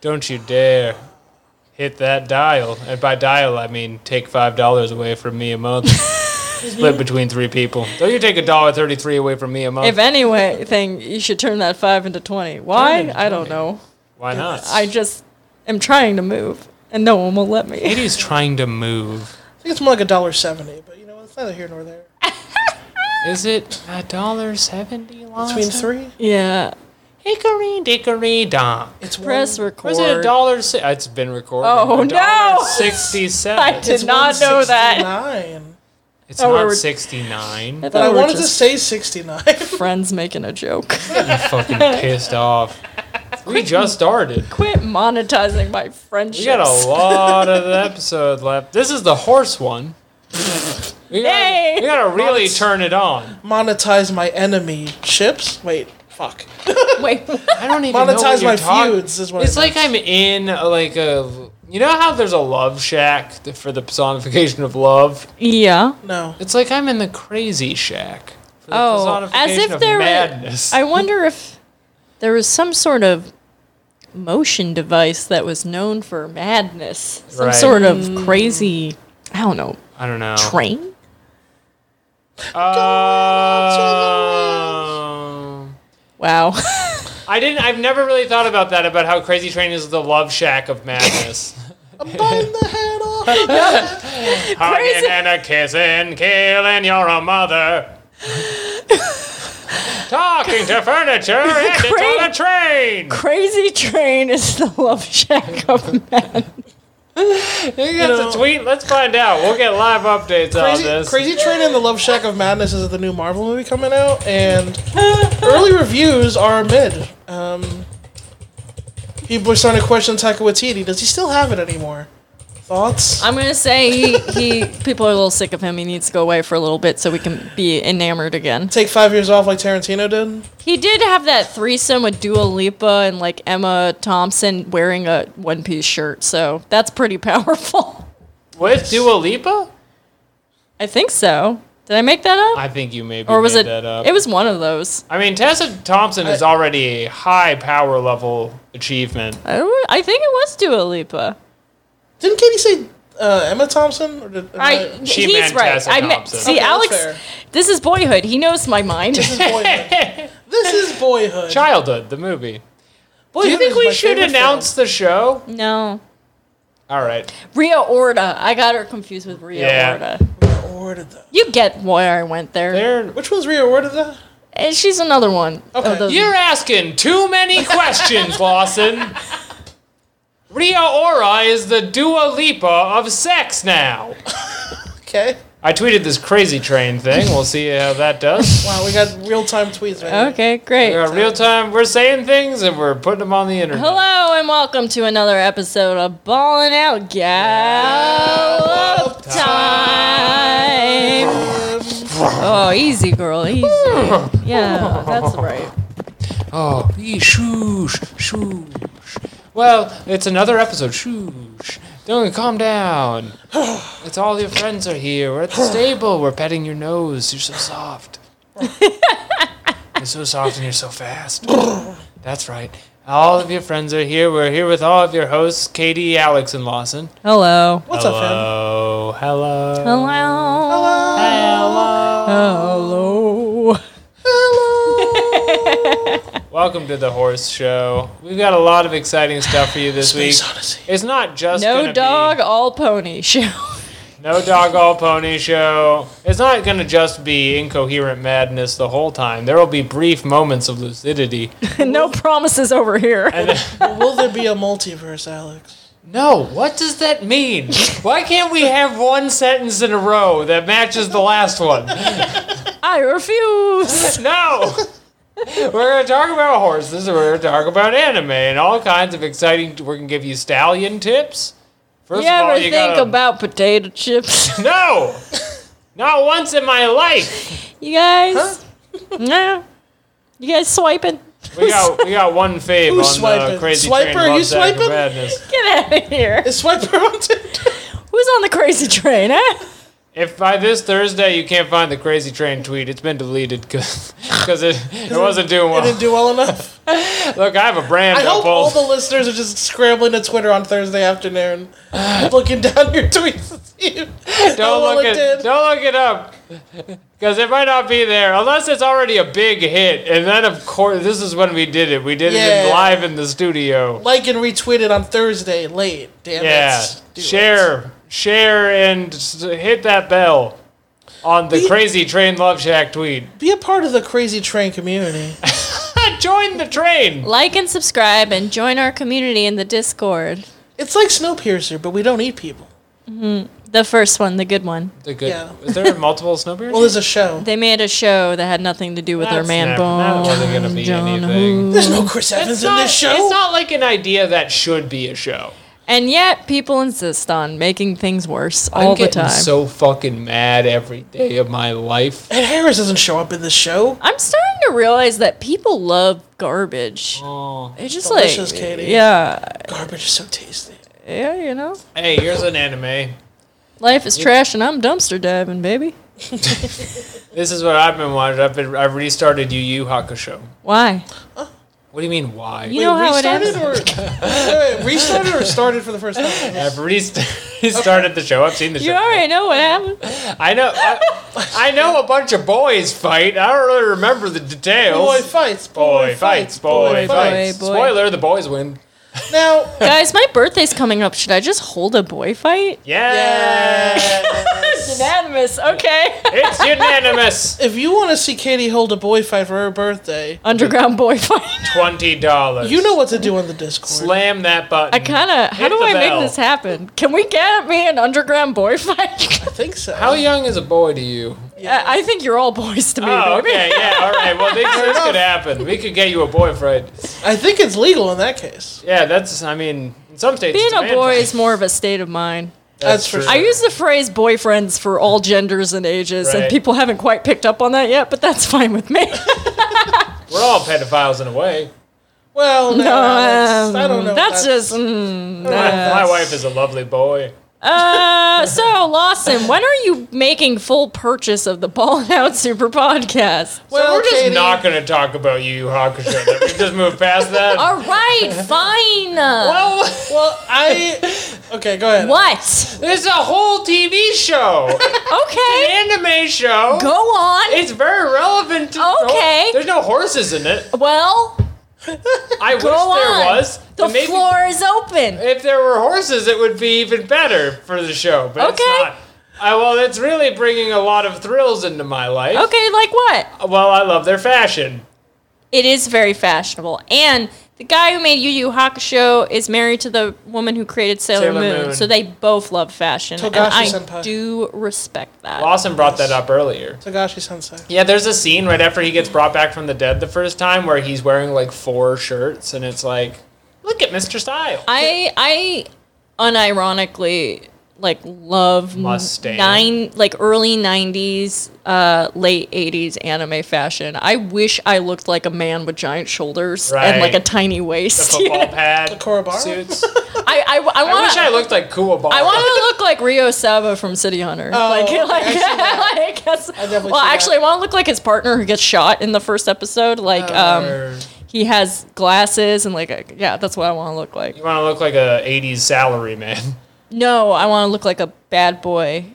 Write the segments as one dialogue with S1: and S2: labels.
S1: Don't you dare hit that dial. And by dial, I mean take $5 away from me a month. Split between three people. Don't you take a dollar thirty-three away from me a month?
S2: If anything, you should turn that five into twenty. Why?
S1: into
S2: I don't
S1: 20.
S2: know.
S1: Why not?
S2: I just am trying to move, and no one will let me.
S1: Katie's trying to move.
S3: I think it's more like a dollar seventy, but you know it's neither here nor there.
S1: Is it a dollar seventy?
S2: Oh,
S3: Between three,
S2: Yeah,
S1: Hickory dickory dock.
S3: it's
S2: press
S3: one,
S2: record.
S1: Was it a dollar? Si- it's been recorded.
S2: Oh,
S1: $1.67.
S2: no! I
S1: Sixty-seven.
S2: did not know that.
S3: Nine.
S1: It's
S2: Oh, we
S1: not
S2: were-
S1: sixty-nine.
S2: I
S1: I'm
S2: thought
S3: I
S2: we were
S3: wanted to
S2: just
S3: say sixty-nine.
S2: friends making a joke.
S1: fucking pissed off. We just started.
S2: Quit monetizing my friendships.
S1: We got a lot of the episode left. This is the horse one. We gotta,
S2: Yay!
S1: we gotta really turn it on.
S3: Monetize my enemy chips. Wait, fuck.
S2: Wait,
S1: I don't even know what
S3: Monetize
S1: you're
S3: my
S1: talk-
S3: feuds is what
S1: It's
S3: I
S1: like I'm in uh, like a. You know how there's a love shack for the personification of love.
S2: yeah.
S3: No.
S1: It's like I'm in the crazy shack. For the
S2: Oh, as
S1: personification
S2: if
S1: of
S2: there.
S1: madness.
S2: I wonder if there was some sort of motion device that was known for madness, some
S1: Right.
S2: sort of crazy. I don't know
S1: I don't know.
S2: train.
S1: Um,
S2: Wow.
S1: I didn't. I've never really thought about that. About how Crazy Train is the love shack of madness.
S3: I'm biting the head off.
S1: Hugging and a kissing, killing. You're a mother. Talking to furniture and it's on a train.
S2: Crazy Train is the love shack of men.
S1: Maybe that's
S3: know-
S1: a tweet. Let's find out. We'll get live updates on
S3: Crazy,
S1: this.
S3: Crazy Train and the Love Shack of Madness is the new Marvel movie coming out, and early reviews are mid. Um, people are starting to question Taika Waititi. Does he still have it anymore? Thoughts?
S2: I'm gonna say he, he people are a little sick of him. He needs to go away for a little bit so we can be enamored again.
S3: Take five years off like Tarantino did.
S2: He did have that threesome with Dua Lipa and like Emma Thompson wearing a one piece shirt, so that's pretty powerful.
S1: With Dua Lipa?
S2: I think so. Did I make that up?
S1: I think you maybe
S2: or was
S1: made
S2: it?
S1: that up.
S2: It was one of those.
S1: I mean, Tessa Thompson is already a high power level achievement.
S2: I, don't, I think it was Dua Lipa.
S3: Didn't Katie say uh, Emma Thompson? Or did,
S2: I,
S1: Uh, She
S2: he's
S1: meant
S2: right.
S1: Tessa
S2: I meant,
S1: Thompson.
S2: see,
S3: Okay, that's
S2: Alex.
S3: fair.
S2: This is boyhood. He knows my mind.
S3: This is boyhood. this is boyhood.
S1: Childhood, the movie. Do you
S3: Boyhood
S1: think
S3: is
S1: we
S3: my
S1: should
S3: favorite
S1: announce the show?
S2: no,
S1: All right.
S2: Ria Orta. I got her confused with Ria
S1: Yeah.
S2: Orta.
S3: film. Rhea Ora did that.
S2: You get why I went there.
S1: There.
S3: Which one's Rhea Ora did that?
S2: And she's another one.
S3: Okay.
S2: of those-
S1: You're asking too many questions, Lawson. Rhea Ora is the Dua Lipa of sex now.
S3: Okay.
S1: I tweeted this crazy train thing. We'll see how that does.
S3: Wow, we got real time tweets right here.
S2: okay, great.
S1: We're real time. We're saying things and we're putting them on the internet.
S2: Hello and welcome to another episode of Ballin' Out Gallop Time. Oh, easy, girl, easy. Yeah, that's right.
S1: Oh, ee, shoosh, shoosh. Well, it's another episode. Shoosh. Don't calm down. It's all your friends are here. We're at the stable. We're petting your nose. You're so soft. you're so soft and you're so fast. That's right. All of your friends are here. We're here with all of your hosts, Katie, Alex, and Lawson.
S2: Hello.
S3: What's up,
S1: Hello. Hello.
S2: Hello. Hello.
S1: Welcome to the horse show. We've got a lot of exciting stuff for you this
S3: fam? Space
S1: week.
S3: Odyssey.
S1: It's not just gonna
S2: No
S1: be-
S2: dog, all pony show.
S1: No dog, all pony show. It's not going to just be incoherent madness the whole time. There will be brief moments of lucidity.
S2: no promises over here.
S3: Will there be a multiverse, Alex?
S1: No, what does that mean? Why can't we have one sentence in a row that matches the last one?
S2: I refuse.
S1: No! We're going to talk about horses, we're going to talk about anime, and all kinds of exciting. We're going to give you stallion tips. First
S2: You ever think
S1: gotta-
S2: about potato chips?
S1: No! Not once in my life!
S2: You guys? Nah. You guys swiping?
S1: We got, we got one fave
S3: Who's
S1: on the
S3: swiping?
S1: Crazy
S3: Swiper,
S1: Train
S3: are you
S1: Love Shack of
S3: swiping?
S1: Madness.
S2: Get out of here.
S3: Is Swiper on Tinder?
S2: Who's on the crazy train, huh?
S1: If by this Thursday you can't find the crazy train tweet, it's been deleted because it, it wasn't doing
S3: It didn't
S1: well.
S3: do well enough.
S1: Look, I have a brand
S3: I hope all
S1: up
S3: the listeners are just scrambling to Twitter on Thursday afternoon, looking down your tweets to see if- how
S1: Don't
S3: well
S1: look it.
S3: it did.
S1: Don't look it up. Because it might not be there unless it's already a big hit. And then of course, this is when we did it. We did it
S3: Yeah.
S1: in, live in the studio.
S3: Like and retweet it on Thursday late. Damn
S1: Yeah.
S3: it. Do it.
S1: Share, share, and s- hit that bell on the
S3: Be-
S1: crazy train love shack tweet.
S3: Be a part of the crazy train community.
S1: Ah, Join the train.
S2: Like and subscribe and join our community in the Discord.
S3: It's like Snowpiercer, but we don't eat people.
S2: The first one, the good one.
S1: The good.
S3: Yeah.
S1: Is there multiple snowbeards?
S3: Well, there's a show.
S2: They made a show that had nothing to do with our
S1: That's
S2: man
S1: not-
S2: bone.
S1: not really gonna be
S2: John
S1: anything.
S2: Who.
S3: There's no Chris Evans
S1: it's
S3: in
S1: not,
S3: this show.
S1: it's not like an idea that should be a show.
S2: And yet, people insist on making things worse all
S1: I'm
S2: the
S1: getting
S2: time.
S1: so fucking mad every day of my life.
S3: Ed Harris doesn't show up in this show.
S2: I'm starting to realize that people love garbage.
S1: Oh.
S2: it's just like,
S3: delicious, Katie.
S2: yeah,
S3: Garbage is so tasty.
S2: yeah, you know,
S1: Hey, here's an anime.
S2: life is trash, and I'm dumpster diving, baby.
S1: This is what I've been watching. I've been I restarted Yu Yu Hakusho.
S2: Why?
S1: What do you mean why?
S2: You know how it
S3: restarted
S2: ends.
S3: or wait, wait, restarted or started for the first time?
S1: I've rest- restarted the show. I've seen the
S2: You
S1: show.
S2: already know what happened.
S1: I know. I, I know a bunch of boys fight. I don't really remember the details.
S3: Boy fights.
S1: boy fights. Boy fights.
S2: boy.
S1: Spoiler: the boys win.
S3: Now,
S2: Guys, my birthday's coming up. Should I just hold a boy fight?
S1: Yeah,
S2: Unanimous. Okay.
S1: it's unanimous.
S3: if you want to see Katie hold a boy fight for her birthday,
S2: Underground boy fight.
S1: Twenty dollars.
S3: you know what to do on the Discord.
S1: slam that button.
S2: I kind of. How
S1: Hit
S2: do
S1: the
S2: I
S1: bell.
S2: make this happen? Can we get me an underground boy fight?
S3: I think so.
S1: How young is a boy to you?
S2: I I think you're all boys to me,
S1: Oh,
S2: baby.
S1: okay, yeah, all right. Well, this, this could happen. We could get you a boyfriend.
S3: I think it's legal in that case.
S1: Yeah, that's. I mean, in some states,
S2: Being
S1: it's
S2: a
S1: man
S2: boy
S1: fight.
S2: is more of a state of mind.
S3: That's, for
S1: true.
S3: sure.
S2: I use the phrase boyfriends for all genders and ages, and
S1: Right.
S2: people haven't quite picked up on that yet, but that's fine with me.
S1: We're all pedophiles in a way.
S3: well, no, that's- I don't
S2: Um,
S3: know. if
S2: That's, just. Mm,
S1: My- my
S3: that's-
S1: wife is a lovely boy.
S2: uh, so, Lawson, when are you making full purchase of the Ball and Out Super Podcast?
S3: Well,
S1: We're just
S3: Katie,
S1: not going to talk about you, Hakusho. We just move past that.
S2: All right, fine.
S1: Oh,
S3: Well, I. Okay, go ahead.
S2: what?
S1: there's a whole TV show,
S2: Okay,
S1: an anime show.
S2: go on.
S1: It's very relevant. To
S2: Okay.
S1: there's no horses in it.
S2: well,
S1: I wish
S2: go
S1: there
S2: on.
S1: was.
S2: the
S1: But maybe
S2: floor is open.
S1: if there were horses, it would be even better for the show. But it's
S2: Okay.
S1: not. I, well, it's really bringing a lot of thrills into my life.
S2: Okay, like what?
S1: Well, I love their fashion.
S2: It is very fashionable. And the guy who made Yu Yu Hakusho is married to the woman who created Sailor,
S1: Sailor
S2: Moon,
S1: Moon.
S2: so they both love fashion. And I
S3: Togashi-senpai.
S2: do respect that.
S1: Lawson brought that up earlier.
S3: Tagashi Sensei.
S1: Yeah, there's a scene right after he gets brought back from the dead the first time where he's wearing like four shirts, and it's like, look at Mr. Style.
S2: I I unironically like love
S1: Mustang.
S2: nine like early 90s uh late 80s anime fashion. I wish I looked like a man with giant shoulders and like a
S1: Right.
S2: tiny
S1: The
S2: waist.
S1: football pad,
S3: Korobara?
S1: suits.
S2: I I, I want
S1: I wish I looked like Kuwabara.
S2: I want to look like Rio Saba from City Hunter. like,
S3: okay, I
S2: like,
S3: see that.
S2: like, that's-
S3: definitely
S2: well,
S3: see that.
S2: actually, I want to look like his partner who gets shot in the first episode. Like, um, he has glasses and like, a, yeah, that's what I want to look like.
S1: you want to look like a '80s salary man.
S2: No, I want to look like a bad boy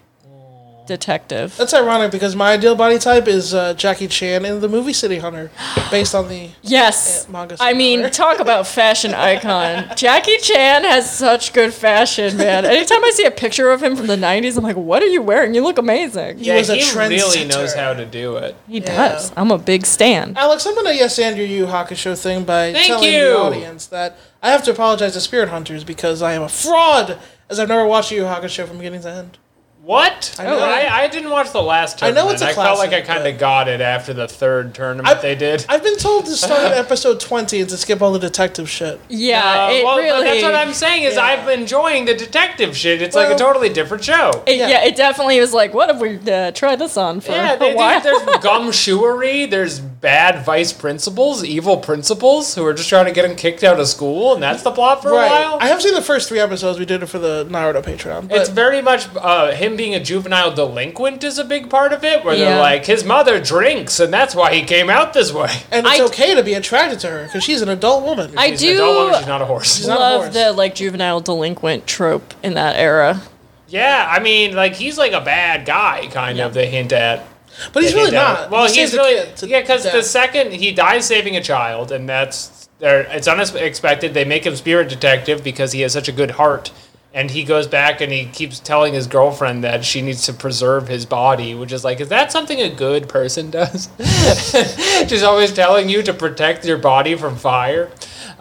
S2: detective.
S1: Uh,
S3: That's ironic because my ideal body type is uh, Jackie Chan in the movie City Hunter, based on the.
S2: Yes,
S3: Yeah, manga
S2: I mean,
S3: survivor.
S2: talk about fashion icon. Jackie Chan has such good fashion, man. Anytime I see a picture of him from the '90s, I'm like, "What are you wearing? You look amazing."
S3: He was a
S1: he really
S3: trendsetter.
S1: knows how to do it.
S2: He does. I'm a big stan.
S1: Uh,
S3: Alex, I'm gonna yes and your Yu Hakusho thing by
S1: Thank
S3: telling
S1: you.
S3: the audience that I have to apologize to Spirit Hunters because I am a fraud, as I've never watched Yu Hakusho from beginning to end.
S1: What? I,
S3: know.
S1: I, didn't watch the last
S3: I
S1: tournament.
S3: know it's a
S1: felt like
S3: classic,
S1: I kind of
S3: but-
S1: got it after the third tournament
S3: I've-
S1: they did.
S3: I've been told to start at episode 20 and to skip all the detective shit.
S2: Yeah,
S1: Uh,
S2: it
S1: well, but
S2: really.
S1: that's what I'm saying is
S3: Yeah.
S1: I've been enjoying the detective shit. It's like a
S3: Well-
S1: totally different show.
S2: It- yeah.
S3: Yeah.
S2: it definitely was like, what if we uh, try this on for
S1: Yeah,
S2: a
S1: they
S2: while?
S1: did. There's gumshoery. There's bad vice principals, evil principals who are just trying to get him kicked out of school, and that's the plot for a while.
S3: I have seen the first three episodes. We did it for the Naruto Patreon. But
S1: it's very much uh, him him being a juvenile delinquent is a big part of it, where they're
S2: Yeah.
S1: like, his mother drinks, and that's why he came out this way.
S3: And it's
S2: I-
S3: okay to be attracted to her because she's an adult woman.
S2: I
S1: She's an adult woman,
S2: do-
S1: she's not a horse.
S3: not a
S2: Love
S3: horse.
S2: the like juvenile delinquent trope in that era.
S1: Yeah, I mean, like he's like a bad guy, kind of. They hint at.
S3: but he's
S1: they
S3: really
S1: hint at it.
S3: not.
S1: Well,
S3: He saves
S1: he's
S3: a
S1: really
S3: kid to
S1: yeah, because the
S3: death.
S1: second he dies saving a child, and that's they're- it's unexpected. They make him spirit detective because he has such a good heart, and he goes back and he keeps telling his girlfriend that she needs to preserve his body, which is like, is that something a good person does? She's always telling you to protect your body from fire.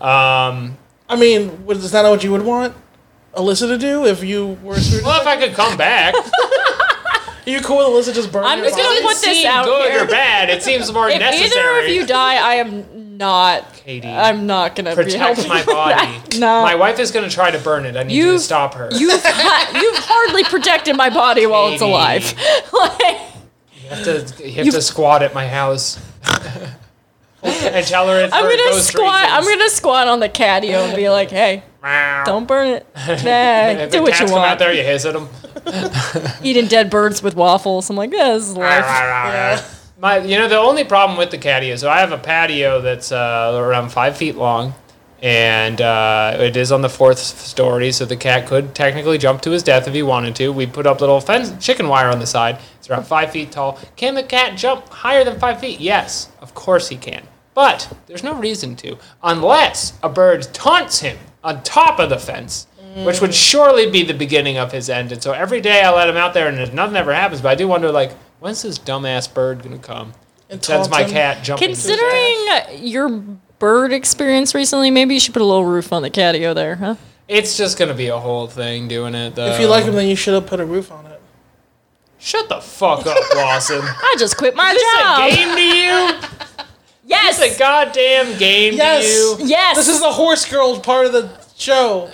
S1: Um,
S3: I mean, what- is that not what you would want Alyssa to do if you were? a student?
S1: well, if I could come back.
S3: Are you cool with Alyssa just burning?
S2: I'm
S3: her
S2: just gonna
S3: body?
S1: doesn't
S2: put this
S1: seem
S2: out
S1: good
S2: here.
S1: or bad. It seems more
S2: If
S1: necessary.
S2: either of you die, I am not.
S1: Katie,
S2: I'm not gonna be
S1: protect
S2: helping
S1: my
S2: with that.
S1: body.
S2: No,
S1: My wife is going to try to burn it. I need you to
S2: You've-
S1: stop her.
S2: you've ha- you've hardly protected my body while it's
S1: Katie.
S2: alive. like,
S1: You have to, you have
S2: You've-
S1: to squat at my house. and tell her it's
S2: I'm
S1: for
S2: gonna
S1: ghost
S2: squat. I'm
S1: reasons.
S2: gonna squat on the catio and be like, "Hey,
S1: Meow.
S2: don't burn it.
S1: And
S2: Nah,
S1: if
S2: do
S1: the
S2: what you
S1: cats come out
S2: want.
S1: there, you hiss at them.
S2: Eating dead birds with waffles. I'm like, yeah, this is life.
S1: My, you know, the only problem with the patio. So I have a patio that's uh, around five feet long, and uh, it is on the fourth story. So the cat could technically jump to his death if he wanted to. We put up little fence chicken wire on the side. It's around five feet tall. Can the cat jump higher than five feet? Yes, of course he can. But there's no reason to, unless a bird taunts him on top of the fence, which would surely be the beginning of his end. And so every day I let him out there, and nothing ever happens. But I do wonder, like, when's this dumbass bird gonna come?
S3: And
S1: That's my
S3: taunts him.
S1: cat jumping. to his death.
S2: Considering your bird experience recently, maybe you should put a little roof on the catio there, huh?
S1: it's just gonna be a whole thing doing it. Though.
S3: If you like him, then you should have put a roof on it.
S1: shut the fuck up, Lawson.
S2: I just quit my
S1: Is that a
S2: job.
S1: game to you? It's
S2: Yes.
S1: a goddamn game
S3: Yes.
S1: to you.
S2: Yes.
S3: This is the horse girl part of the show.